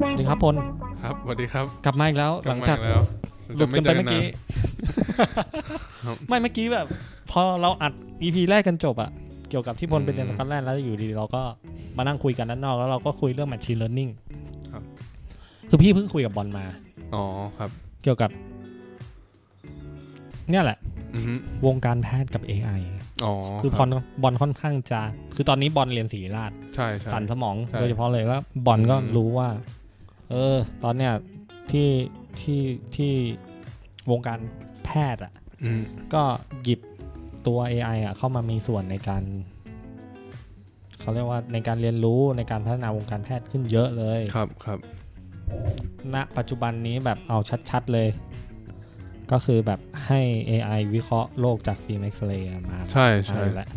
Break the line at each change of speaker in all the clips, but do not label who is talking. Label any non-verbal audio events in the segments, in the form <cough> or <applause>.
สวัสดีครับพล
ครับสวัสดีครับ
กลับมาอีกแล้ว หลังจาก
บมอีแล้ว
หลุ
จะ
ด
ไม่
กันไปเมื่อน
เจอกันาน
กี้
ครับ
ไม่เมื่อกี้แบบ พอเราอัด EP แรกกันจบอะเกี่ยวกับที่พล
อืม
เป็นเรียนสกอตแลนด์แล้วอยู่ดีๆเราก็มานั่งคุยกันด้านนอกแล้วเราก็คุยเรื่อง machine learning
ครับ
คือพี่เพิ่งคุยกับบอลมา
อ๋อครับ
เกี่ยวกับ เนี่ยแหละ
อือฮึ
วงการแพทย์กับ AI
อ๋อ
คือพ
รั
อบ นบอลค่อนข้างจะคือตอนนี้บอลเรียนศรีราช
ใช่ใช่
สันสมอง
ใช่
โดยเฉพาะเลยแล้วบอลก็
อืม
รู้ว่า เออ ตอนเนี้ยที่ที่ที่วงการแพทย์อะ
อืม
ก็หยิบตัว AI อ่ะเข้ามามีส่วนในการเขาเรียกว่าในการเรียนรู้ในการพัฒนาวงการแพทย์ขึ้นเยอะเลย
ครับครับ
ณปัจจุบันนี้แบบเอาชัดๆเลย ก็คือแบบให้ AI วิเคราะห์โรคจากฟิล์มเอ็กซเรย์มา
ใช่
ใช่
ใช่
แล้ว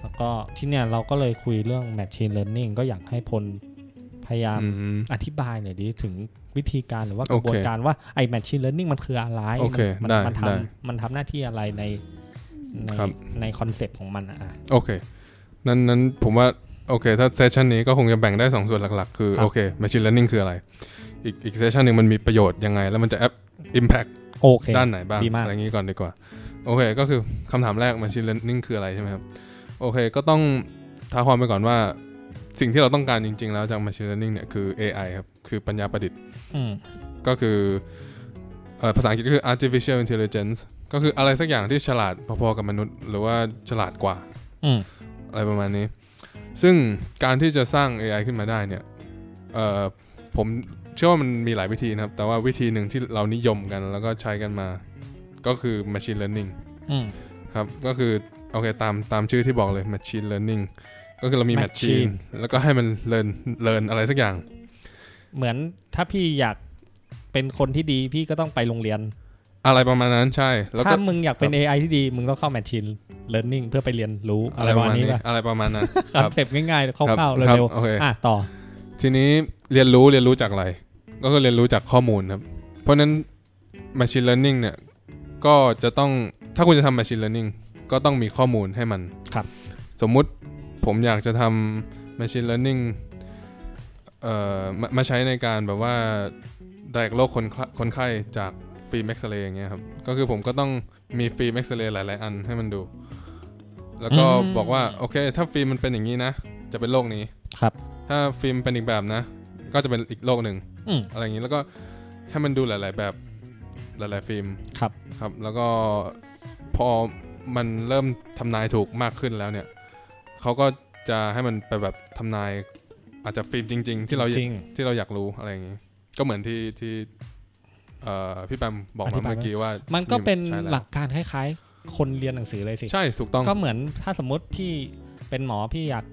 แล้วก็ที่เนี่ยเราก็เลยคุยเรื่อง Machine Learning ก็อยากให้พลพยายาม
อืม
อธิบายหน่อยดิถึงวิธีการหรือว่าก
โอ
ระ
เค
บวนการว่าไอ้ Machine Learning มันคืออะไร
โอเค
มั
ได้
มัท
ได้
ำมันทำหน้าที่อะไรในใน
ครับ
ในคอนเซปต์ของมันอะอ่ะ
โอเค นั้นนั้นผมว่า โอเค ถ้าเซสชันนี้ก็คงจะแบ่งได้ 2 ส่วนหลัก ๆ คือ
ครับ
โอเค Machine Learning คืออะไร อีกอีกเซสชันหนึ่งมันมีประโยชน์ยังไง แล้วมันจะแอป Impact
โอเค
ด้านไหนบ้าง
ดีมาก
อะไรอย่างนี้ก่อนดีกว่า โอเค ก็คือคำถามแรก Machine Learning คืออะไรใช่ไหมครับ โอเค ก็ต้องท้าความไปก่อนว่า สิ่งที่เราต้องการจริง ๆ แล้วจาก Machine Learning เนี่ยคือ AI ครับ คือปัญญาประดิษฐ์
อืม
ก็คือเอ่อภาษาอังกฤษก็คือ artificial intelligence ก็คืออะไรสักอย่างที่ฉลาดพอๆกับมนุษย์ หรือว่าฉลาดกว่า
อืม
อะไรประมาณนี้ ซึ่งการที่จะสร้าง AI ขึ้นมาได้เนี่ย เอ่อ ผมเชื่อว่ามันมีหลายวิธีนะครับ แต่ว่าวิธีหนึ่งที่เรานิยมกันแล้วก็ใช้กันมา ก็คือ machine learning
อืม
ครับ ก็คือ โอเค ตามตามชื่อที่บอกเลย machine learning ก็คือเรามี
Machine
machine แล้วก็ให้มันเรียนเรียนอะไรสักอย่าง
เหมือนถ้าพี่อยากเป็นคนที่ดีพี่ก็ต้องไปโรงเรียน
อะไรประมาณนั้นใช่ แล้วก็
ถ้ามึงอยากเป็น
ครับ
AI ที่ดี มึงต้องเข้า Machine Learning เพื่อไปเรียนรู้อะไรประมาณนี้ป่ะ
อะไรประมาณนั้น
คอนเซปต์ง่ายๆคร่าวๆ
ครับ
เร็ว
โอเค
ๆอ่ะต่อ
ทีนี้เรียนรู้เรียนรู้จากอะไร ก็คือเรียนรู้จากข้อมูลครับ เพราะฉะนั้น Machine Learning เนี่ยก็จะต้องถ้าคุณจะทำ Machine Learning ก็ต้องมีข้อมูลให้มัน
ครับ
สมมุติผมอยากจะทำ Machine Learning เอ่อมามาใช้ในการแบบว่าแดกโรคคนไข้คนไข้จากฟิล์มเอ็กซเรย์อย่างเงี้ยครับ ก็คือผมก็ต้องมีฟิล์มเอ็กซเรย์หลาย ๆ อันให้มันดู แล้วก็บอกว่าโอเค ถ้าฟิล์มมันเป็นอย่างนี้นะ จะเป็นโรคนี้
ครับ
ถ้าฟิล์มเป็นอีกแบบนะ ก็จะเป็นอีกโลกหนึ่ง
อืม
อะไรอย่างนี้แล้วก็ให้มันดูหลาย ๆ แบบหลาย ๆ ฟิล์ม
ครับ
ครับ แล้วก็พอมันเริ่มทำนายถูกมากขึ้นแล้วเนี่ยเขาก็จะให้มันไปแบบทำนายอาจจะฟิล์มจริง ๆ ที่เรา
จริง
ที่เราอยากรู้อะไรอย่างนี้ ก็เหมือนที่ที่เอ่อพี่แปมบอก
อธิบาย
มาเมื่อกี้ว่า
มันก็เป็น
ใช่แว
หลักการคล้ายๆ คนเรียนหนังสือเลยสิ
ใช่ถูกต้อง
ก็เหมือนถ้าสมมติพี่เป็นหมอพี่อยาก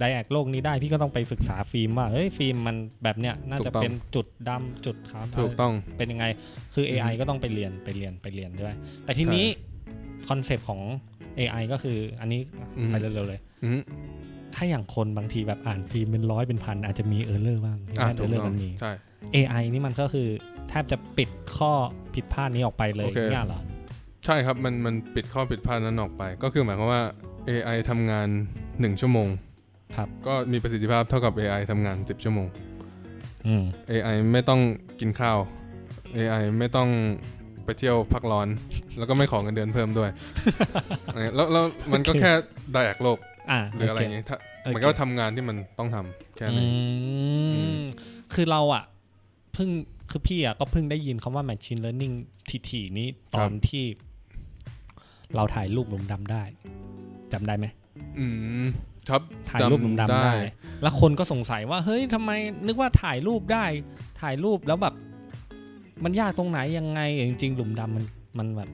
ไดแอกโรคนี้ได้พี่ก็ต้องไปศึกษาฟิล์มว่าเฮ้ยฟิล์มมันแบบเนี้ยน่าจะเป็นจุดดำจุดขาว
ถูกต้อง
เป็นยังไง คือ AI
อืม
ก็ต้องไปเรียนไปเรียนไปเรียนด้วย แต่ที
ใช่
นี้คอนเซปต์ของ AI ก็คืออันนี้
อืม
ไปเร็วๆเลย
อืม
ถ้าอย่างคนบางทีแบบอ่านฟิล์มเป็นร้อยเป็นพันอาจจะมีเออร์เลอร์บ้าง
อ่ะ
เอ
ถู
อก ร์เลอ
ต้
ร์
อง
มันมี
ใช่
AI นี่มันก็คือแทบจะปิดข้อผิดพลาดนี้ออกไปเลย
โอเค
เนี่ยเหรอ
ใช่ครับ มันมันปิดข้อผิดพลาดนั้นออกไป ก็คือหมายความว่า AI ทำงาน 1 ชั่วโมง
ครับ
ก็มีประสิทธิภาพเท่ากับ AI ทำงาน 10 ชั่วโมง
อืม
AI ไม่ต้องกินข้าว AI ไม่ต้องไปเที่ยวพักร้อน แล้วก็ไม่ของเงินเดือนเพิ่ม
<laughs>
ด้วย แล้วแล้วมันก็แค่ไดแอกโลก
อ่า
หรืออะไรอย่างงี้ถ้า
โอเค
มันก็ทำงานที่มันต้องทำแค่นั้นเอง
อืม
ม
คือเราอ่ะเพิ่งคือพี่อ่ะก็เพิ่งได้ยินคำว่า machine learning ทีๆนี้ตอนที่ เราถ่ายรูปหลุมดำได้จำได้ไหม
อืมครับ
ถ่ายรูปหลุมดำ
จำได้
ได้ แล้วคนก็สงสัยว่า เฮ้ยทำไมนึกว่าถ่ายรูปได้ ถ่ายรูปแล้วแบบ มันยากตรงไหนยังไงจริงๆหลุมดำมันมันแบบ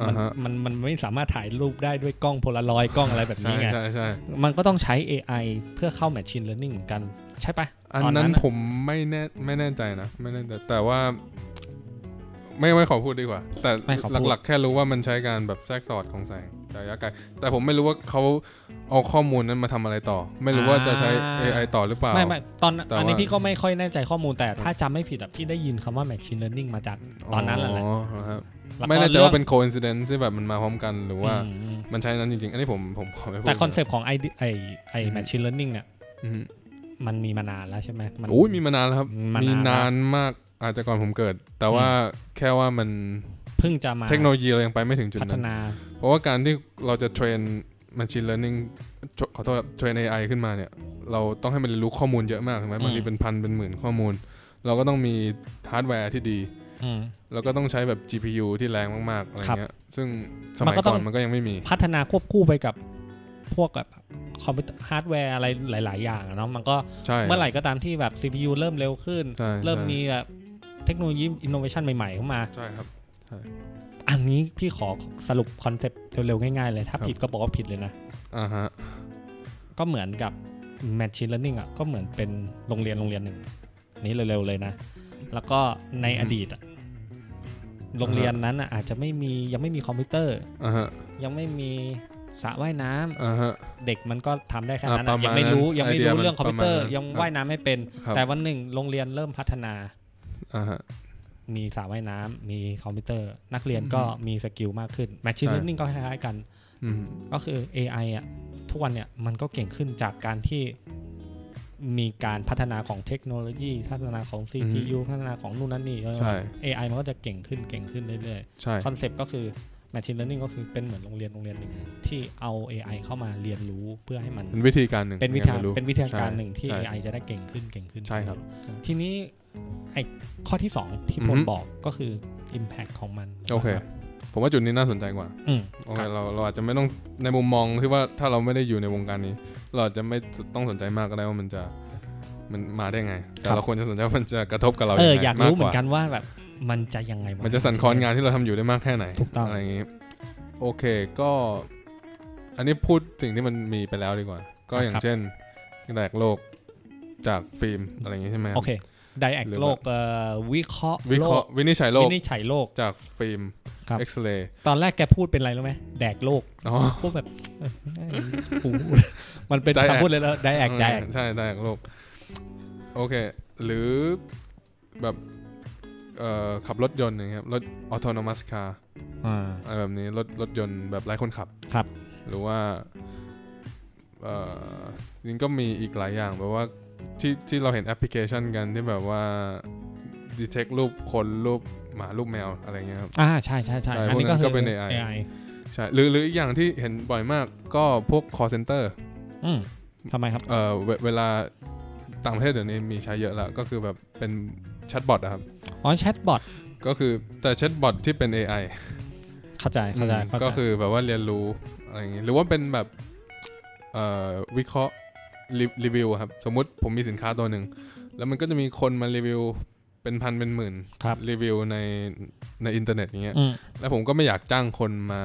อ่า
มัน
ฮะ
มันมันไม่สามารถถ่ายรูปได้ด้วยกล้องโพลารอยด์กล้องอะไรแบบ
ใช่
นี้ไง
ใช่ใช่
มันก็ต้องใช้ AI เพื่อเข้า Machine Learning เหมือนกัน ใช่ปะ
อัน
ต
นั้น
อะ
ผมไม่แน่ไม่แน่ใจนะไม่แน่ใจแต่ว่า ไม่ไม่ขอพูดดีกว่า แต่
ไม่ขอพูด
หลักๆ แค่รู้ว่ามันใช้การแบบแทรกสอดของแสงระยะไกลแต่ผมไม่รู้ว่าเขาเอาข้อมูลนั้นมาทำอะไรต่อ ไม่รู้ว่าจะใช้ AI ต่อหรือเปล่า
ไม่ไม่ตอน
แต่ว่า
อันนี้พี่ก็ไม่ค่อยแน่ใจข้อมูลแต่ถ้าจำไม่ผิดอะพี่ได้ยินคำว่า Machine Learning มาจาก ตอนนั้นแหละแหละ
อ๋อครับ
ละคร
ไม่แน่ใจ
รื่อง
ว่าเป็น coincidence ที่แบบมันมาพร้อมกันหรือว่า
อืม
มันใช้นั้นจริงๆ อันนี้ผมผมขอไม่พูด
แต่คอนเซปต์ของไอไอไอ Machine Learning เนี่ย
อืม
มันมีมานานแล้วใช่ไหมมัน
โอ้ยมีมานานแล้วครับ
มานาน
มีนานมากอาจจะก่อนผมเกิด แต่ว่าแค่ว่ามัน
เพิ่งจะมา
เทคโนโลยีเรายังไปไม่ถึงจุด
พัฒ
นั้น
นา
เพราะว่าการที่เราจะเทรน Machine Learning ชขอโทษครับเทรน AI ขึ้นมาเนี่ย เราต้องให้มันเรียนรู้ข้อมูลเยอะมากใช่ไหม
อืม
บางทีเป็นพันเป็นหมื่นข้อมูล เราก็ต้องมีฮาร์ดแวร์ที่ดี
อืม
แล้วก็ต้องใช้แบบ GPU ที่แรงมาก ๆ อะไรเงี้ยซึ่งส
มั
มัน ย
ก็ต้
ก่
อง
อนมันก็ยังไม่มี
พัฒนาควบคู่ไปกับพวกแบบคอมพิวเตอร์ฮาร์ดแวร์อะไรหลาย ๆ อย่างอะเนาะมันก็
ใช่
เมื่อไหร่ก็ตามที่แบบ CPU เริ่มเร็วขึ้น
ใช่
เริ่ม
ใช่
มีแบบเทคโนโลยีอินโนเวชันใหม่ ๆ เข้ามา
ใช่ครับ
อันนี้พี่ขอสรุปคอนเซปต์เร็ว ๆ ง่าย ๆ เลย ถ้า
ครับ
ผิดก็บอกว่าผิดเลยนะ
อ่าฮะ
ก็เหมือนกับ Machine Learning อ่ะก็เหมือนเป็นโรงเรียนโรงเรียนหนึ่ง นี้เร็ว ๆ เลยนะ แล้วก็ใน
อือฮึ
อดีตอะโรงเรียนนั้นอะอาจจะไม่มียังไม่มีคอมพิวเตอร์
อ่าฮะ
ยังไม่มีสระว่ายน้ำ
อ่าฮะ
เด็กมันก็ทำได้แค่นั้น
อ่ะป
อะ
ระมาณ
ยังไม่รู้
นั้น
ยังไม่
ไอเดีย
รู้
มัน
เรื่องคอมพิวเตอร์
ประมาณนั้น
ยัง
ครับ
ว่ายน้ำไม่เป็น
ครับ
แต่วันหนึ่งโรงเรียนเริ่มพัฒนา
อ่าฮะ
มีสระว่ายน้ำมีคอมพิวเตอร์ นักเรียนก็
อือฮึ
มีสกิลมากขึ้น Machine
ใช่
Learning ก็คล้ายๆกัน
อืม
ก็คือ AI อ่ะทุกวันเนี่ยมันก็เก่งขึ้นจากการที่มีการพัฒนาของเทคโนโลยี พัฒนาของ CPU พัฒนาของนู่นนั่นนี่
ใช่
AI มันก็จะเก่งขึ้นเก่งขึ้นเรื่อย
ใช่
ๆคอนเซปต์ก็คือ Machine Learning ก็คือเป็นเหมือนโรงเรียนโรงเรียนหนึ่งที่เอา AI เข้ามาเรียนรู้เพื่อให้มัน
เป็นวิธีการหนึ่ง
เป็นวิ
ใ
ธีการเป็นวิธีการหนึ่งที่
ใช่
AI จะได้เก่งขึ้นเก่งขึ้น
ใช่ครับ
ทีนี้ไอ้ข้อที่ 2 ที่ผม
อือฮึ
บอกก็คือ Impact ของมัน
โอเค
รับ
ผมว่าจุดนี้น่าสนใจกว่า
อืม
โอเค
ครับ
เราเราอาจจะไม่ต้องในมุมมองที่ว่าถ้าเราไม่ได้อยู่ในวงการนี้ เราอาจจะไม่ต้องสนใจมากก็ได้ว่ามันจะมันมาได้ไง แต่เราควรจะสนใจว่ามันจะกระทบกับเรา
เออ
ยังไง
อยากรู้เหมื
ว่
อนกันว่าแบบมันจะยังไงว
มันจะสั่นคลอนงานที่เราทำอยู่ได้มากแค่ไหน
ถูกต้อง
อะไรอย่างนี้ โอเคก็ อันนี้พูดสิ่งที่มันมีไปแล้วดีกว่า ก็อย่างเช่นแดกโลกจากฟิล์มอะไรอย่างนี้ใช่ไหมครับ
โอเคไดแอค
หรือว่า
โลกเอ่อวิเคราะห์
วิเคราะห์วินิจฉัย
โล
โล
ก
ก
วินิจฉัยโลก
จากฟิล์ม
ครับ
เอ็กซเรย์
ตอนแรกแกพูดเป็นอะไรรู้ไหมแดกโลก
อ๋อ
พูดแบบเออหูมันเป็น
Diac
คำพูดเลยแล้วไดแอคไดแอค
ใช่ไดแอกโลกโอเค หรือแบบเอ่อขับรถยนต์นะครับรถออโตนมัสคาร์
อ่า
อะไรแบบนี้รถรถยนต์แบบไร้คนขับ
ครับ
หรือว่าเอ่อจริงก็มีอีกหลายอย่างแบบว่าที่ที่เราเห็นแอปพลิเคชันกันที่แบบว่า detect รูปคนรูปหมารูปแมวอะไรเงี้ยครับ
อ่าใช่ใช่ใช่
ใช่
อันนี้
พวกนั้
ก็
น
คื
ก็
อ
เป็น AI
AI
ใช่หรือหรืออีกอย่างที่เห็นบ่อยมากก็พวก call center
อืมทำไมครับ
เอ่อเวเวลาต่างประเทศเดี๋ยวนี้มีใช้เยอะแล้ว ก็คือแบบเป็นแชทบอทอะครับ
อ๋อแชทบอท
ก็คือแต่แชทบอทที่เป็น AI
เข้าใจเข้าใจ
อืม
เข้าใจ
ก็คือแบบว่าเรียนรู้อะไรอย่างงี้หรือว่าเป็นแบบเอ่อวิเคราะห์รีรีวิวอะครับ สมมุติผมมีสินค้าตัวหนึ่ง แล้วมันก็จะมีคนมารีวิวเป็นพันเป็นหมื่น
ครับ
วิวในในอินเทอร์เน็ตอย่างเงี้ย
อืม
แล้วผมก็ไม่อยากจ้างคนมา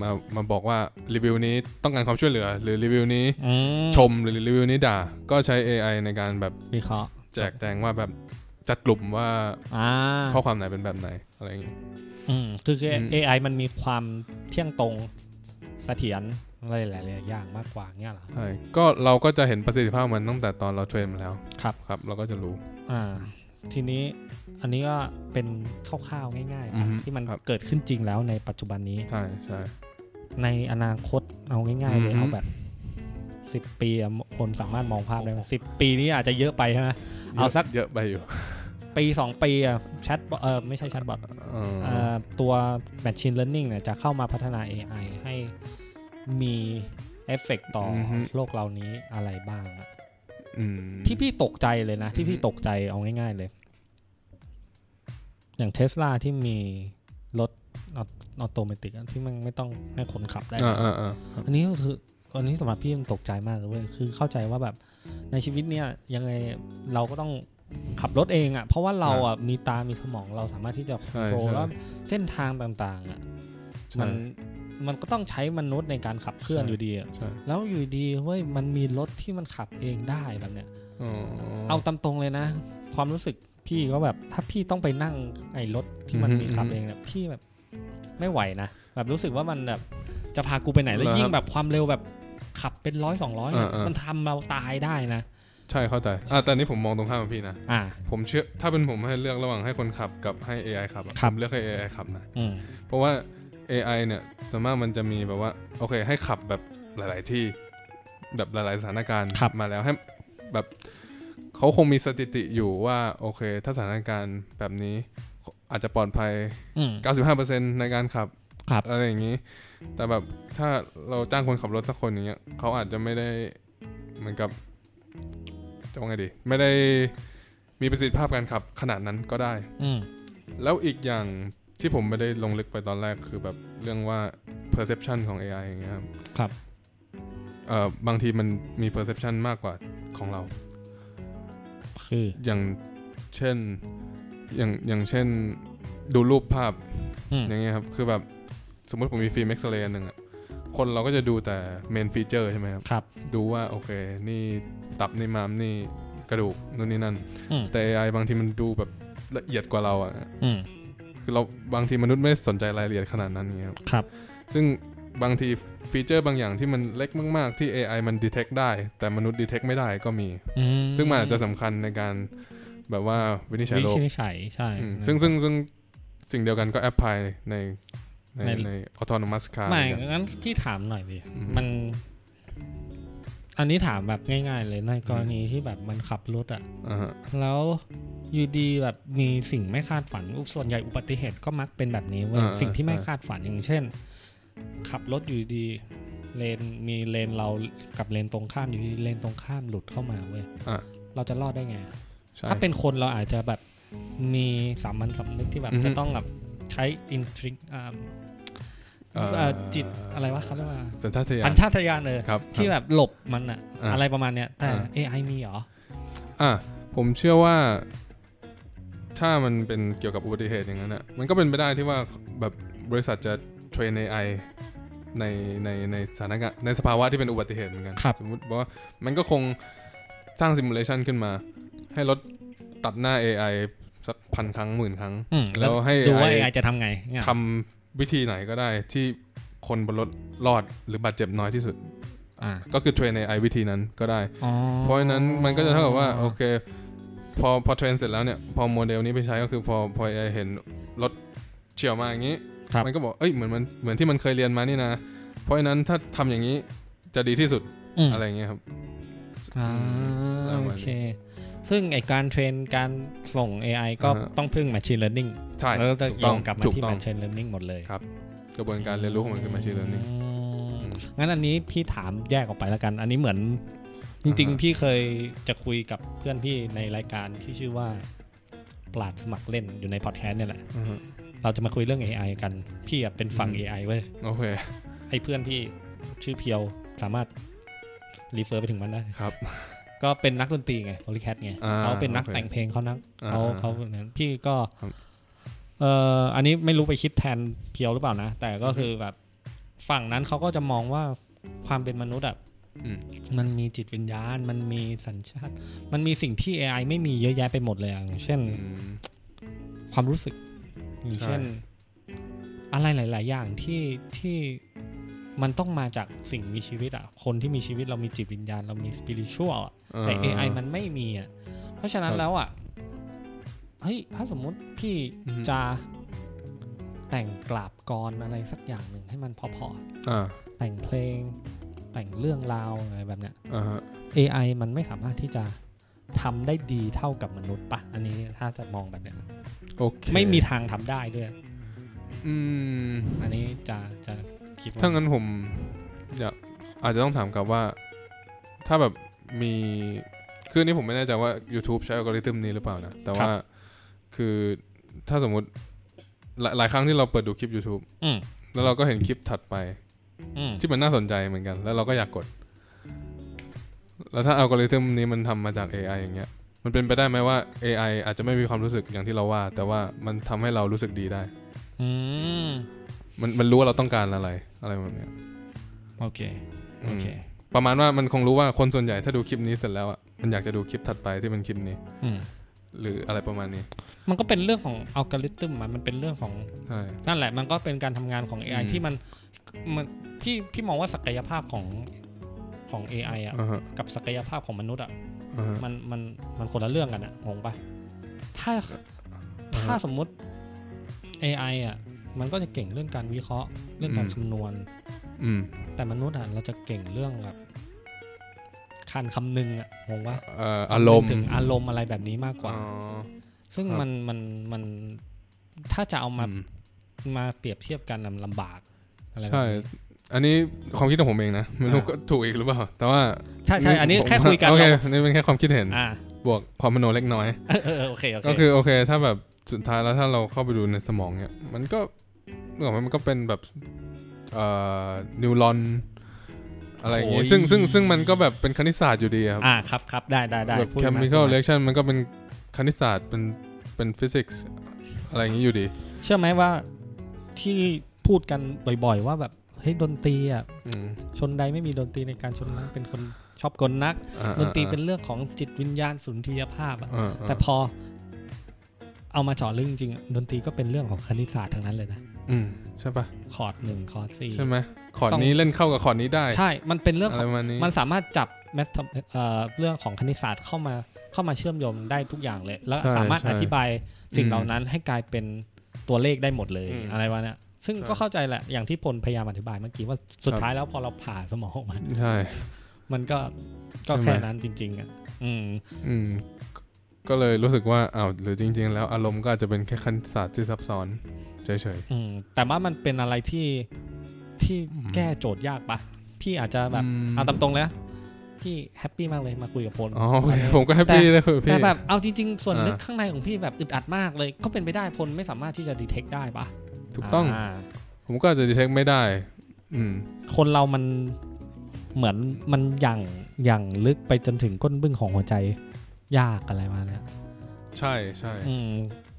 มามาบอกว่ารีวิวนี้ต้องการความช่วยเหลือ หรือรีวิวนี้
อืม
ชมหรือรีวิวนี้ด่า ก็ใช้ AI ในการแบบ
วิเคราะห์
แจกแจงว่าแบบจัดกลุ่มว่า
อ่า
ข้อความไหนเป็นแบบไหนอะไรอย่างงี้
อืมคือคืออ
ม
AI มันมีความเที่ยงตรงเสถียรอะไรหลายๆอย่างมากกว่าเงี้ยเหรอ
ใช่ก็เราก็จะเห็นประสิทธิภาพมันตั้งแต่ตอนเราเทรนมาแล้ว
ครับ
ครับ เราก็จะรู้
อ่า ทีนี้อันนี้ก็เป็นคร่าวๆง่ายๆ
อือ
นะ
ฮึ
ที่มัน
ครับ
เกิดขึ้นจริงแล้วในปัจจุบันนี้
ใช่ใช่
ในอนาคตเอาง่ายๆเลย
อือฮึ
เอาแบบสิบปีอะคนสามารถมองภาพได้สิบปีนี้อาจจะเยอะไปใช่ไหม เอาสัก
เยอะไปอยู่
ปีสองปีอะแชทบอทเออไม่ใช่แชทบอท
เออ
เอ่อตัว Machine Learning เนี่ยจะเข้ามาพัฒนา AI ให้มีเอฟเฟกต์ต่ออ
ฮึ
โลกเรานี้อะไรบ้างอะ
อืม
ที่พี่ตกใจเลยนะ ที่พี่
อือฮึ
ตกใจเอาง่ายๆเลย อย่างเทสลาที่มีรถออโตเมติกที่มันไม่ต้องให้คนขับได้
อ่าอ่าอ่า
อันนี้ก็คืออันนี้สำหรับพี่มันตกใจมากเลยเว้ยคือเข้าใจว่าแบบในชีวิตเนี่ยยังไงเราก็ต้องขับรถเองอะ่ะ เพราะว่าเราอะ่ะมีตา มีสมองเราสามารถที่จะ
ใช่
โปร
ใช่
แล้วเส้นทางต่างๆอ่ะ
ใช่
มันมันก็ต้องใช้มนุษย์ในการขับเคลื่อน
ใช่
อยู่ดีอะ
ใช่
แล้วอยู่ดีเว้ยมันมีรถที่มันขับเองได้แบบเนี้ย
อ๋อ
เอาตามตรงเลยนะ ความรู้สึกพี่ก็แบบ ถ้าพี่ต้องไปนั่งไอ้รถที่มันมีขับเองเนี่ยพี่แบบ ไม่ไหวนะแบบรู้สึกว่ามันแบบจะพากูไปไหนแล้วยิ่งแบบความเร็วแบบขับเป็นร้อยสองร้อยมันทำเราตายได้นะ
ใช่เข้าใจอ่ะแต่อันนี้ผมมองตรงข้ามกับพี่นะ
อ่า
ผมเชื่อถ้าเป็นผมให้เลือกระหว่างให้คนขับกับให้ AI ขับอะ
ครับ
ผมเลือกให้ AI ขับนะ
อืม
เพราะว่า AI เนี่ยสวนมากมันจะมีแบบว่า โอเค ให้ขับแบบหลาย ๆ ที่ แบบหลาย ๆ สถานการณ์
ครับ
มาแล้วให้แบบเขาคงมีสถิติอยู่ว่าโอเค ถ้าสถานการณ์แบบนี้ อาจจะปลอดภัย
อืม
95%ในการขับ
ครับ
อะไรอย่างนี้ แต่แบบถ้าเราจ้างคนขับรถสักคนอย่างเงี้ยเขาอาจจะไม่ได้เหมือนกับจะว่าไงดี ไม่ได้มีประสิทธิภาพการขับขนาดนั้นก็ได้
อืม
แล้วอีกอย่างที่ผมไม่ได้ลงลึกไปตอนแรกคือแบบเรื่องว่า perception ของ AI อย่างเงี้ยครับ
ครับ
เอ่อบางทีมันมี perception มากกว่าของเรา
คือ
อย่างเช่นอย่างอย่างเช่นดูรูปภาพ
อืม
อย่างเงี้ยครับ คือแบบสมมติผมมีฟิล์มเอ็กซเรย์อันหนึ่งอะคนเราก็จะดูแต่เมนฟีเจอร์ใช่ไหมครับ
ครับ
ดูว่าโอเค นี่ตับนี่มามนี่กระดูกนู่นนี่นั่น
อืม
แต่ AI บางทีมันดูแบบละเอียดกว่าเราอะ
อืม
คือเราบางทีมนุษย์ไม่ได้สนใจรายละเอียดขนาดนั้นอย่างเงี้ยครับ
ครับ
ซึ่งบางทีฟีเจอร์บางอย่างที่มันเล็กมากๆ ที่ AI มันดีเทคได้ แต่มนุษย์ดีเทคไม่ได้ก็มี
อืม
ซึ่งมันอาจจะสำคัญในการแบบว่าวินิจฉัย
วิ
โรค
ชินิจฉัยใช่
อืมซึ่งซึ่งซึ่งสิ่งเดียวกันก็แอพพลายในใน
ใน
ในออโตนมัสคาร์
ไม่งั้นพี่ถามหน่อยดิ
อืม
มัน อันนี้ถามแบบง่าย ๆ เลยในกรณีที่แบบมันขับรถอะ แล้วอยู่ดีแบบมีสิ่งไม่คาดฝันอุปส่วนใหญ่อุบัติเหตุก็มักเป็นแบบนี้เว้ย
อ่า
สิ่งที่ไม่
อ่า
คาดฝันอย่างเช่น ขับรถอยู่ดีเลนมีเลนเรากับเลนตรงข้ามอยู่ดีเลนตรงข้ามหลุดเข้ามาเว้ย
อ่ะ
เราจะรอดได้ไง
ใช่
ถ้าเป็นคนเราอาจจะแบบมีสามัญสำนึกที่แบบ
อือฮึ
จะต้องแบบใช้อินสติ้ง
เอ่อ
จิตอะไรวะเขาเรียกว่า
สัญชาตญา
ปั
ณ
ญชาตญาณเลย
ครับ
ที่
ครับ
แบบหลบมันอะ
อ่า
อะไรประมาณเนี้ยแต่
อ่า
AI มีเหรอ
อ่ะผมเชื่อว่า ถ้ามันเป็นเกี่ยวกับอุบัติเหตุอย่างนั้นอ่ะมันก็เป็นไปได้ที่ว่าแบบบริษัทจะเทรน AI ในในในสถานการณ์ในสภาวะที่เป็นอุบัติเหตุเหมือนกัน
ครับ
สมมติว่ามันก็คงสร้างซิมูเลชันขึ้นมา ให้รถตัดหน้า AI สักพันครั้งหมื่นครั้ง
อืม
แล้
แล้ว
วให้
ดูว่า
AI
AI จะทำไงเนี่ย
ทำวิธีไหนก็ได้ที่คนบนรถรอดหรือบาดเจ็บน้อยที่สุด
อ่า
ก็คือเทรน AI วิธีนั้นก็ได้
อ๋อ
เพราะฉะนั้นมันก็จะเท่ากับว่าโอเค พอพอเทรนเสร็จแล้วเนี่ย พอโมเดลนี้ไปใช้ก็คือพอพอ AI เห็นรถเฉี่ยวมาอย่างนี้
ครับ
มันก็บอกเอ้ยเหมือนมันเหมือนที่มันเคยเรียนมานี่นะ เพราะฉะนั้นถ้าทำอย่างนี้จะดีที่สุด
อืม
อะไรอย่างเงี้ยครับ
อ่า
ประมาณนี้
โอเค ซึ่งไอการเทรนการส่ง AI ก็
อ่าฮะ
ต้องพึ่ง Machine Learning
ใช่
แล้วก็จะ
ถูก
โย
ต้อง
งกลับมา
ถูก
ที่
ต้อง
Machine Learning หมดเลย
ครับ กระบวนการเรียนรู้ของมันคือ machine learning
อืม
อืม
งั้นอันนี้พี่ถามแยกออกไปแล้วกัน อันนี้เหมือน จริง
อ่า
ๆ
ฮะ
พี่เคยจะคุยกับเพื่อนพี่ในรายการที่ชื่อว่าปลาดสมัครเล่นอยู่ในพอดแคสต์เนี่ยแหละ
อือฮึ
เราจะมาคุยเรื่อง AI กัน พี่อะเป็นฝั่ง AI เว้ย
โอเค
ไอ้เพื่อนพี่ชื่อเพียวสามารถรีเฟอร์ไปถึงมันได้
ครับ
ก็เป็นนักดนตรีไงโอลิแคทไง
อ่า
เขาเป็นนัก
โอเค
แต่งเพลงเขานักเขา
อ่า
เขาเนี่ยพี่ก็
ครับ
เอ่ออันนี้ไม่รู้ไปคิดแทนเพียวหรือเปล่านะ แต่ก็คือแบบฝั่งนั้นเขาก็จะมองว่าความเป็นมนุษย์อ่ะ
อืม
มันมีจิตวิญญาณ มันมีสัญชาติ มันมีสิ่งที่ AI ไม่มีเยอะแยะไปหมดเลยอะอย่างเช่น
อืม
ความรู้สึกอย่างเช่น
ใช่
อะไรหลาย ๆ อย่างที่ที่มันต้องมาจากสิ่งมีชีวิตอ่ะ คนที่มีชีวิตเรามีจิตวิญญาณ เรามีสปิริชวลแต่ AI มันไม่มีอ่ะ เพราะฉะนั้น
ครับ
แล้วอ่ะเฮ้ยถ้าสมมุติพี่
อือฮึ
จะแต่งกลาบกรอะไรสักอย่างหนึ่งให้มันเพอ
อ่า
ๆแต่งเพลง แต่งเรื่องราวอะไรแบบเนี้ย
อ่าฮะ
AI มันไม่สามารถที่จะทำได้ดีเท่ากับมนุษย์ปะอันนี้ถ้าจะมองแบบเนี้ย
โอเค
ไม่มีทางทำได้ด้วย
อืม
อันนี้จะจะคิดว่า
ถ้างั้นผมอยากอาจจะต้องถามกลับว่า ถ้าแบบมีคืออันนี้ผมไม่แน่ใจว่า YouTube ใช้อัลกอริทึมนี้หรือเปล่านะ แต่ว่าคือถ้าสมมติหลายหลายครั้งที่เราเปิดดูคลิป YouTube
อืม
แล้วเราก็เห็นคลิปถัดไป
อืม
ที่มันน่าสนใจเหมือนกัน แล้วเราก็อยากกด แล้วถ้าอัลกอริทึมนี้มันทำมาจาก AI อย่างเงี้ย มันเป็นไปได้ไหมว่า AI อาจจะไม่มีความรู้สึกอย่างที่เราว่า แต่ว่ามันทำให้เรารู้สึกดีได้
อืม
มันมันรู้ว่าเราต้องการอะไรอะไรแบบเนี้ย
โอเค
อื
โอ
ม
เค
ประมาณว่ามันคงรู้ว่าคนส่วนใหญ่ถ้าดูคลิปนี้เสร็จแล้วอ่ะมันอยากจะดูคลิปถัดไปที่เป็นคลิปนี้
อืม
หรืออะไรประมาณนี้
มันก็เป็นเรื่องของอัลกอริทึมมันเป็นเรื่องของ
ใช่
นั่นแหละมันก็เป็นการทำงานของ AI
อืม
ที่มันมันพี่พี่มองว่าศักยภาพของของ AI อ่ะ
อ่าฮะ
กับศักยภาพของมนุษย์อ่ะ
อ่าฮะ
มันมันมันคนละเรื่องกันอ่ะงงปะถ้า
อ่าฮะ
ถ้าสมมุติ AI อ่ะมันก็จะเก่งเรื่องการวิเคราะห์ เรื่องการ
อืม
คำนวณ
อืม
แต่มนุษย์อ่ะเราจะเก่งเรื่องแบบการคำนึงอ่ะงงปะ
เอ่ออารมณ์
ถึงอารมณ์อะไรแบบนี้มากก
อ๋
ว่า
อ
ซึ่ง
ครับ
มันมันมันถ้าจะเอามา
อืม
มาเปรียบเทียบกันน่ะมันลำบากอะไรแบบ
ใช่
นี้
อันนี้ความคิดของผมเองนะไม่รู้
อ่า
ก็ถูกอีกหรือเปล่า แต่ว่า
ใช่ใช่ อันนี้
ผม
แค่คุยกัน
โอเค
เรา
อันนี่เป็นแค่ความคิดเห็น
อ่า <laughs>
บวกความมโนเล็กน้อย
เออเออโอเค โอเค
ก็คือโอเค ถ้าแบบสุดท้ายแล้วถ้าเราเข้าไปดูในสมองเนี่ย มันก็นึกออกไหมมันก็เป็นแบบเอ่อนิวรอนอะไรอย่างงี้ ซึ่งซึ่งซึ่งมันก็แบบเป็นคณิตศาสตร์อยู่ดีอะครับ
อ่าครับครับได้ได้ได้
แบบ
พูด
แค
มา
มิคอล
พูดมา
เล็กชันมันก็เป็นคณิตศาสตร์เป็นเป็นฟิสิกส์อะไรอย่างงี้อยู่ดี
เชื่อไหมว่าที่พูดกันบ่อยๆ ว่าแบบเฮ้ยดนตรีอ่ะ
อืม
ชนใดไม่มีดนตรีในการชนนั้นเป็นคนชอบกลนัก
อ่า
ดนตรีเป็นเรื่องของจิตวิญญาณสุนทรียภาพอ่ะ
อ่าอ่า
แต่พอเอามาเจาะลึกจริงๆอ่ะดนตรีก็เป็นเรื่องของคณิตศาสตร์ทั้งนั้นเลยนะ
อืมใช่ปะ
คอร์ดหนึ่งคอร์ดสี่
ใช่ไหมคอร์ด
ต้อง
นี้เล่นเข้ากับคอร์ดนี้ได้
ใช่มันเป็นเรื่อง
อะ
ข
ไร
อง
ประมาณนี้
มันสามารถจับแมทเอ่อเรื่องของคณิตศาสตร์เข้ามาเข้ามาเชื่อมโยงได้ทุกอย่างเลย แล้ว
ใช่
สามารถ
ใช่
อธิบายสิ่ง
อืม
เหล่านั้นให้กลายเป็นตัวเลขได้หมดเลย
อืม
อะไรวะเนี่ยซึ่ง
ใช่
ก็เข้าใจแหละอย่างที่พลพยายามอธิบายเมื่อกี้ว่าสุด
ครับ
ท้ายแล้วพอเราผ่าสมองออกมัน
ใช่
มันก็ก็
ใช่ไหม
แค่นั้นจริง ๆอ่ะอืม
อืมกก็เลยรู้สึกว่าอ้าวหรือจริง ๆ แล้วอารมณ์ก็อาจจะเป็นแค่คณิตศาสตร์ที่ซับซ้อนเฉย
อืมแต่ว่ามันเป็นอะไรที่ที่
อืม
แก้โจทย์ยากปะพี่อาจจะ
ๆ
แบบ
อืม
เอาตามตรงเลยนะพี่แฮปปี้มากเลยมาคุยกับพล
อ๋อโอเคผมก็แฮปปี้เลยคุณพี่
แต่แบบเอาจริง ๆ ส่วน
อ่า
ลึกข้างในของพี่แบบอึดอัดมากเลยก็เป็นไปได้พลไม่สามารถที่จะดีเทคได้ปะ
ถูกต้อง
า
ผมก็อาจจะดีเทคไม่ได้ อืม
คนเรามันเหมือนมันอย่างอย่างลึกไปจนถึงก้นบึ้งของหัวใจยากอะไรมาเนี่ย
ใช่ใช่
อืม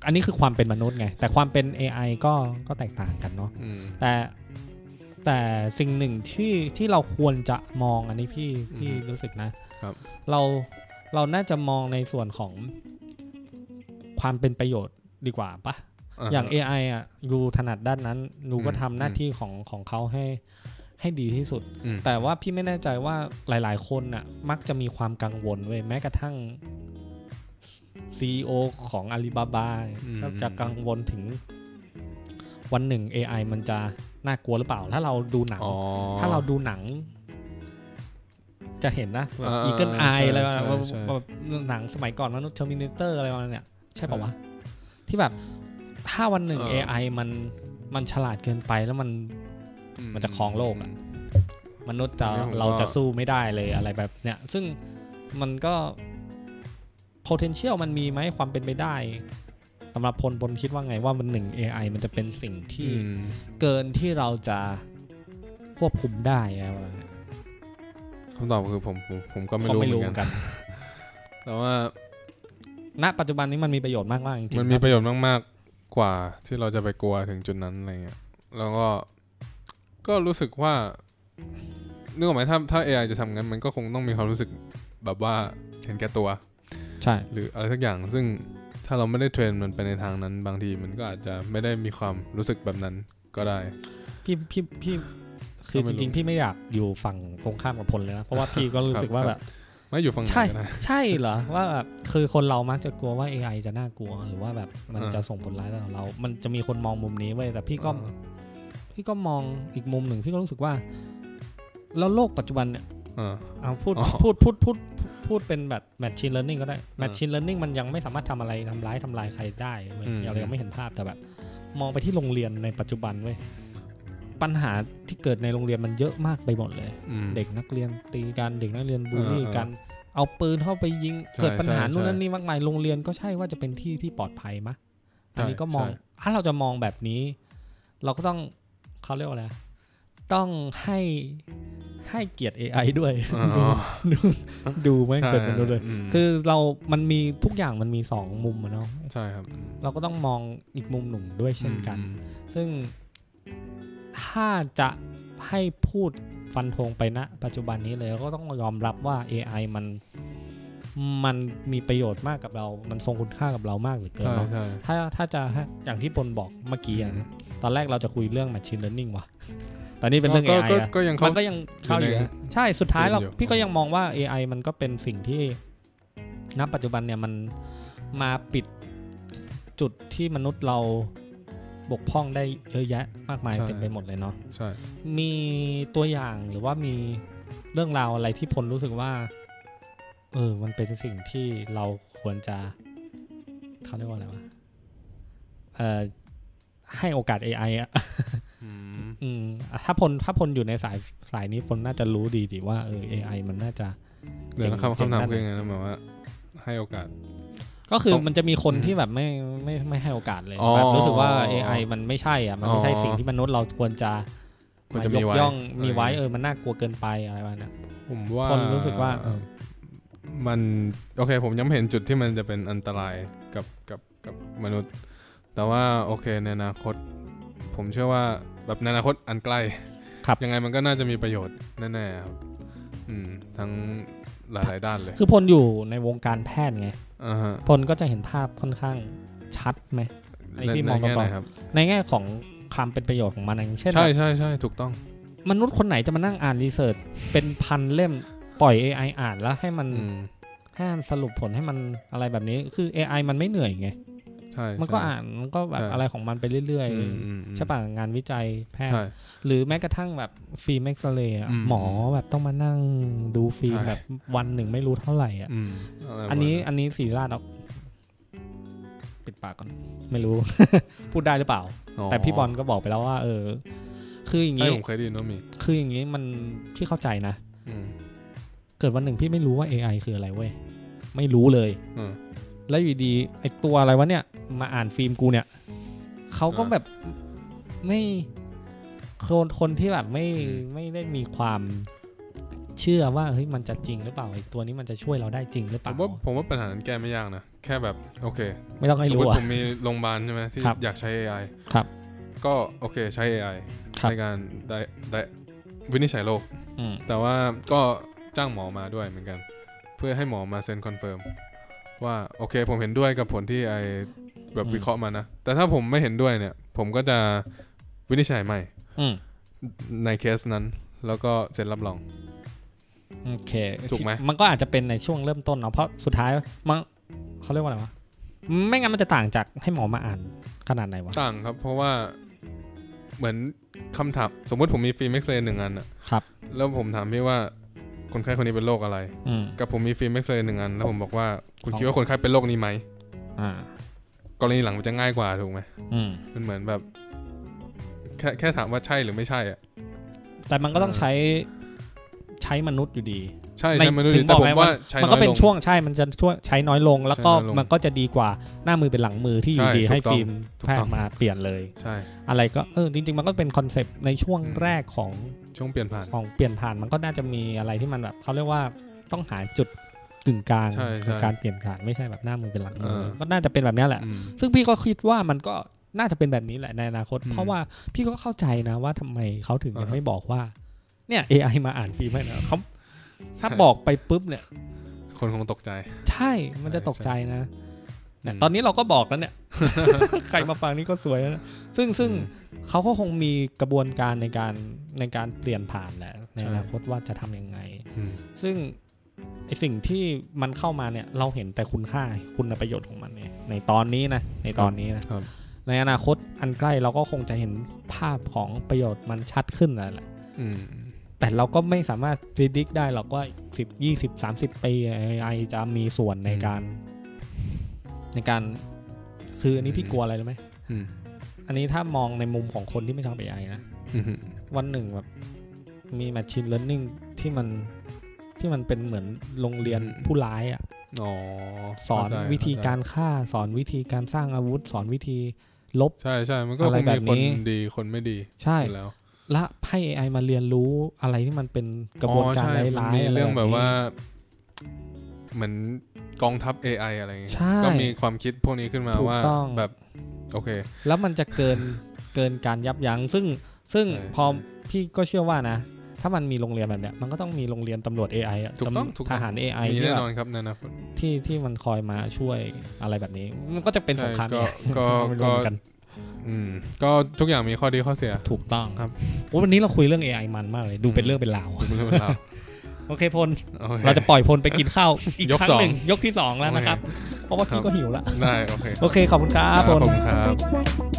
อันนี้คือความเป็นมนุษย์ไง แต่ความเป็น AI ก็ก็แตกต่างกันเนาะ
อืม
แต่แต่สิ่งหนึ่งที่ที่เราควรจะมองอันนี้พี่
อือฮึ
พี่รู้สึกนะครับ เราเราน่าจะมองในส่วนของความเป็นประโยชน์ดีกว่าปะ อย่าง
เอ
AI อ่ะยูถนัดด้านนั้นยูก็
อืม
ทำหน้า
อืม
ที่ของของเขาให้ให้ดีที่สุด
ม
แต่ว่าพี่ไม่แน่ใจว่าหลาย ๆ คนน่ะ มักจะมีความกังวลเว้ยแม้กระทั่ง CEO ของ Alibaba ก็จะกังวลถึง วันหนึ่ง AI มันจะน่ากลัวหรือเปล่า ถ้าเราดูหนัง
อ๋อ
ถ้าเราดูหนัง จะเห็นนะแบบ
อ่า
อีเกิลไอ
อ่าใช่
อะไรประมาณ
ใช่
ว่า
ใช่
แบบหนังสมัยก่อนมนุษย์เทอร์มินเตอร์อะไรประมาณเนี้ยใช่ป่าวะ ที่แบบถ้าวันหนึ่ง AI มันมันฉลาดเกินไปแล้วมัน มันจะครองโลกอะ มนุษย์จะ
อันนี้ผมก็
เราจะสู้ไม่ได้เลยอะไรแบบเนี้ยซึ่งมันก็ potential มันมีไหมความเป็นไปได้สำหรับพลพลคิดว่าไงว่ามันหนึ่ง AI มันจะเป็นสิ่งที่
อืม
เกินที่เราจะควบคุมได้อะไรประมาณเนี้ย
คำตอบคือผมผมผมก็ไม่
ก็
รู้
ไม่
เหมื
รู้
อนกัน
กัน
แต่ว่า
ณ ปัจจุบันนี้มันมีประโยชน์มากๆจริงๆ
มันมี
ค
ป
รับ
ระโยชน์มากๆกว่าที่เราจะไปกลัวถึงจุดนั้นอะไรเงี้ยแล้วก็ก็รู้สึกว่านึกออกไหมถ้าถ้า AI จะทำงั้นมันก็คงต้องมีความรู้สึกแบบว่าเห็นแก่ตัว
ใช่
หรืออะไรสักอย่างซึ่งถ้าเราไม่ได้เทรนมันไปในทางนั้น บางทีมันก็อาจจะไม่ได้มีความรู้สึกแบบนั้นก็ได้
พี่พี่พี่คือ
ก็
จ
ไม่รู้
ริง ๆ พี่ไม่อยากอยู่ฝั่งตรงข้ามกับพลเลยนะ เพราะว่า
<laughs>
พี่ก็รู้สึกว่า
ครับ
แบบ
ไม่อยู่ฝั่งไหน
ใช่
ก็ได้
ใช่เหรอ ว่าแบบคือคนเรามักจะกลัวว่า AI จะน่ากลัว หรือว่าแบบมัน
อ่า
จะส่งผลร้ายต่อเรา มันจะมีคนมองมุมนี้ไว้ยแต่พี่ก็พี่ก็มองอีกมุมหนึ่งพี่ก็รู้สึกว่า แล้วโลกปัจจุบันเนี่ย
เออ
เอาพูด
อ๋อ
พูดพูดพูดพูดเป็นแบบ machine learning ก็ได้
อ่า
machine learning มันยังไม่สามารถทำอะไรทำร้ายทำลายใครได้เว้ย
อืม
เรายังไม่เห็นภาพแต่แบบ มองไปที่โรงเรียนในปัจจุบันเว้ยปัญหาที่เกิดในโรงเรียนมันเยอะมากไปหมดเลย
อืม
เด็กนักเรียนตีกันเด็กนักเรียนบูลลี่
เออเออ
กัน เอาปืนเข้าไปยิง
ใช่
เกิดปัญหา
ใช่
นู่น
ใช่
นั่นนี่มากมายโรงเรียนก็ใช่ว่าจะเป็นที่ที่ปลอดภัยมะอันนี้
ใช่
ก็มอง
ใช่
ถ้าเราจะมองแบบนี้ เราก็ต้องเขาเรียกว่าอะไรต้องให้ให้เกียรติ AI ด้วย
อ๋
ดู
อ
ดูดูไม่ง
ใช่
เกิดมันดูเลย
ม
คือเรา มันมีทุกอย่างมันมีสองมุมอะเนาะ
ใช่ครับ
เราก็ต้องมองอีกมุมหนึ่งด้วยเช่นกัน
อืม
ซึ่ง ถ้าจะให้พูดฟันธงไปณปัจจุบันนี้เลยก็ต้องยอมรับว่า AI มันมันมีประโยชน์มากกับเรา มันทรงคุณค่ากับเรามากเหลือเกิน
ใช่
เนาะ
ใช่
ถ้าถ้าจะให้อย่างที่ปนบอกเมื่อกี้อะตอนแรกเราจะคุยเรื่อง machine learning ว่ะตอนนี้เป็นเรื่อง
ก็
AI
ก็
อะ
ก็ยัง
มั
เข้า
นก็ยังเข้าอยู่
อยู่
นะ
ใน
ใช่สุดท้ายเรา
อยู่
พี่ก็ยังมองว่า AI มันก็เป็นสิ่งที่ณปัจจุบันเนี่ยมันมาปิดจุดที่มนุษย์เราบกพร่องได้เยอะแยะมากมายเต็มไปหมดเลยเนาะ
ใช่
มีตัวอย่างหรือว่ามีเรื่องราวอะไรที่พลรู้สึกว่า เออ มันเป็นสิ่งที่เราควรจะเขาเรียกว่าอะไรวะเอ่อให้โอกาส AI อะ
อืม
อืมถ้าพลถ้าพลอยู่ในสายสายนี้พลน่าจะรู้ดีดีว่าเออ AI มันน่าจะ
เดี๋ยวนะคำ
เจ๋ง
คำถาม
นั่น
คือยังไงนะหมายว่า ให้โอกาส
ก็คือ
ต้อง
มันจะมีคน
อืม
ที่แบบไม่ไม่ไม่ไม่ให้โอกาสเลย
อ๋อ
แบบรู้สึกว่า AI มันไม่ใช่อ่ะมันไม่ใช่
อ๋อ
สิ่งที่มนุษย์เราควรจะ
มันจะ
ย
มี
ก
ไว้
ย่องมีไว้
ะร
เอ
งี้ย
อมันน่ากลัวเกินไปอะไรประมาณเนี้ย
ผมว่า
คนรู้สึกว่าเออ
มันโอเค ผมย้ำเห็นจุดที่มันจะเป็นอันตรายกับกับกับมนุษย์ แต่ว่าโอเคในอนาคต ผมเชื่อว่าแบบในอนาคตอันใกล้
ครับ
ยังไงมันก็น่าจะมีประโยชน์แน่ๆครับอืมทั้งหลายๆด้านเลย
คือพลอยู่ในวงการแพทย์ไง
อ่าฮะ
พลก็จะเห็นภาพค่อนข้างชัดไหม ไอ้
ใน
ที่ม
ใน
อง
แง่
ตรงๆ
ไหนครับ
ในแง่ของความเป็นประโยชน์ของมันอย่างเช่น
ใช่
แบบ
ใช่ใช่ถูกต้อง
มนุษย์คนไหนจะมานั่งอ่านรีเสิร์ชเป็นพันเล่มปล่อย AI อ่านแล้วให้มัน
อืม
ให้มันสรุปผลให้มันอะไรแบบนี้คือ AI มันไม่เหนื่อยไง
ใช่
มันก็
ใช่
อ่านมันก็แบบ
ใช่
อะไรของมันไปเรื่อย
อืมอืมอื
ๆ
ม
ใช่ป่ะงานวิจัยแพทย์
ใช่
หรือแม้กระทั่งแบบฟิล์มเอ็กซเรย์อะ
อืม
หมอแบบต้องมานั่งดูฟิล์ม
ใช่
แบบวันหนึ่งไม่รู้เท่าไหร่อ่ะ
อืมอะไร
อันนี้
ประมาณ
อันนี้สีราชเอาปิดปากก่อน ไม่รู้ <laughs> พูดได้หรือเปล่า แต่พี่บอลก็บอกไปแล้วว่า เออ คืออย่าง
ใช่
นี้
ผมเคยได้ยินว่ามี
คืออย่างนี้มันที่เข้าใจนะ
อืม
เกิดวันหนึ่งพี่ไม่รู้ว่า AI คืออะไรเว้ยไม่รู้เลย
อืม
แล้วอยู่ดีไอตัวอะไรวะเนี่ย มาอ่านฟิล์มกูเนี่ยเขาก็
อ่า
แบบไม่คนคนที่แบบไม่
อืม
ไม่ได้มีความเชื่อว่าเฮ้ยมันจะจริงหรือเปล่าไอตัวนี้มันจะช่วยเราได้จริงหรือเป
ผ
ล่าม
ว่าผมว่าปัญหานั้นแก้ไม่ยากนะ แค่แบบ โอเค
ไม่ต้องให้
สมม
รู้
ติ
อะ
ผมมีโรงพยาบาลใช่ไหมที่
ครับ
อยากใช้ AI
ครับ
ก็โอเคใช้ AI
ครับ
ในการได้ได้วินิจฉัยโรค
อืม
แต่ว่าก็จ้างหมอมาด้วยเหมือนกัน เพื่อให้หมอมาเซ็นคอนเฟิร์มว่าโอเค ผมเห็นด้วยกับผลที่ไอแบบวิเคราะห์มานะ แต่ถ้าผมไม่เห็นด้วยเนี่ย ผมก็จะวินิจฉัยใหม่
อืม
ในเคสนั้น แล้วก็เซ็นรับรอง
โอเค
ถูกไหม
มันก็อาจจะเป็นในช่วงเริ่มต้นเนาะเพราะสุดท้ายมันเขาเรียกว่าอะไรวะไม่งั้นมันจะต่างจากให้หมอมาอ่านขนาดไหนวะ
ต่างครับ เพราะว่าเหมือนคำถามสมมติผมมีฟิล์มเอ็กซเรย์หนึ่งอันอะ
ครับ
แล้วผมถามพี่ว่าคนไข้คนนี้เป็นโรคอะไร
อืม
กับผมมีฟิล์มเอ็กซเรย์หนึ่งอัน แล้วผมบอกว่าคุณ
ครับ
คิดว่าคนไข้เป็นโรคนี้ไหม
อ่าก
รณีหลังมันจะง่ายกว่าถูกไหม
อืม
มันเหมือนแบบ แค่แค่ถามว่าใช่หรือไม่ใช่อ่ะ
แต่มันก็ต้อง
เออ
ใช้ใช้มนุษย์อยู่ดี
ใช่
ไม่
ใช่มนุษย์
ถึง
แต่
บอก
ผ
ไง
มว่า
ว่า
ใช้
มัน
น้
ก็
อย
เป็น
ลง
ช่วงใช่ มันจะช่วยใช้น้อยลง แล้วก็
ใช้น้อยลง
มันก็จะดีกว่าหน้ามือเป็นหลังมือที่อยู่
ใช่
ดีให้
ถูกต้อง
ฟิล์ม
ถูก
แพ
ต้
ท
อง
ย์มาเปลี่ยนเลย
ใช่
อะไรก็เออจริง ๆ มันก็เป็นคอนเซปต์ในช่วงแรกของ
ช่วงเปลี่ยนผ่าน
ของเปลี่ยนผ่านมันก็น่าจะมีอะไรที่มันแบบเขาเรียกว่าต้องหาจุดกึ่งกลาง
ใช่ใช่
ของการเปลี่ยนผ่านไม่ใช่แบบหน้ามือเป็นหลังมือ
เออ
ก็น่าจะเป็นแบบเนี้ยแหละ
อืม
ซึ่งพี่ก็คิดว่ามันก็น่าจะเป็นแบบนี้แหละในอนาคต
อืม
เพราะว่าพี่ก็เข้าใจนะว่าทำไมเขาถึงยัง
อ่าฮะ
ไม่บอกว่า เนี่ย AI มาอ่านฟิล์มให้นะเขาถ้า
ใช่
บอกไปปุ๊บเนี่ย
คนคงตกใจ
ใช่มันจะตกใจนะเนี่ย
อืม
ตอนนี้เราก็บอกแล้วเนี่ย ใครมาฟังนี่ก็สวยแล้วนะซึ่งซึ่ง
อื
เขาก็คงมีกระบวนการในการในการเปลี่ยนผ่านแหละใน
ใช่
อนาคตว่าจะทำยังไง
อืม
ซึ่งไอสิ่งที่มันเข้ามาเนี่ย เราเห็นแต่คุณค่าคุณประโยชน์ของมันเนี่ยในตอนนี้นะในตอนนี้นะ
ครับ
ในอนาคตอันใกล้เราก็คงจะเห็นภาพของประโยชน์มันชัดขึ้นนั่นแหละ
อืม
แต่เราก็ไม่สามารถพิจิกได้หรอกว่า10 20 30 ปี AI จะมีส่วนในการ ในการ คืออันนี้พี่กลัวอะไรรู้ไหม
อืม
อันนี้ถ้ามองในมุมของคนที่ไม่ชอบ AI นะ
อืมอืม
วันหนึ่งแบบมี Machine Learning ที่มันที่มันเป็นเหมือนโรงเรียนผู้ร้ายอ่ะ
อ๋อ
สอน
เข้าใจ
วิธี
เข้ใจ
การฆ่า สอนวิธีการสร้างอาวุธ สอนวิธีลบ
ใช่ใช่ มันก็
อะ
ค
ไรง แบ
มี
บ
คน
นี้
ดีคนไม่ดี
ใช่
อยู่แล้ว
และให้ AI มาเรียนรู้อะไรที่มันเป็นกระบวนการ
อ๋อใช่มัน
ร้าย
มี
ๆอะไร
เรื่องแบบ
นี้
ว่า เหมือนกองทัพ AI อะไรเงี้ย
ใช่
ก็มีความคิดพวกนี้ขึ้นมา
ถูก
ว่า
ต้อง
แบบ โอเค
แล้วมันจะเกิน เกินการยับยั้งซึ่ง ซึ่ง
ใช่
พอพี่ก็เชื่อว่านะ ถ้ามันมีโรงเรียนแบบเนี้ยมันก็ต้องมีโรงเรียนตำรวจ AI อะ
ถูกต้องถูกต้อง
ทหาร AI
มี
ที่
แน่
แบบ
นอนครับในอนาคต
ที่ที่มันคอยมาช่วยอะไรแบบนี้ มันก็จะเป็นสงคราม
ใช่ก็
ก
ก็
็ไม่รู้
ก็
เหมือนกัน
อืมก็ทุกอย่างมีข้อดีข้อเสีย
ถูกต้อง
ครับ
โอ้วันนี้เราคุยเรื่อง AI มันมากเลยดูเป็นเรื่องเป็นราว
ดูเรื่องราว
โอเคพล
โอค
เราจะปล่อยพลไปกินข้าวอีก
ยก
ครั้ง
สอง
หนึ่งยกที่สองแล้วนะครับ เพราะว่าพี่
ครับ
ก็หิวละ
ได้โอเค
โอเคขอบคุณครับพ
ขอบ
ล
คุณครับ
Thank you.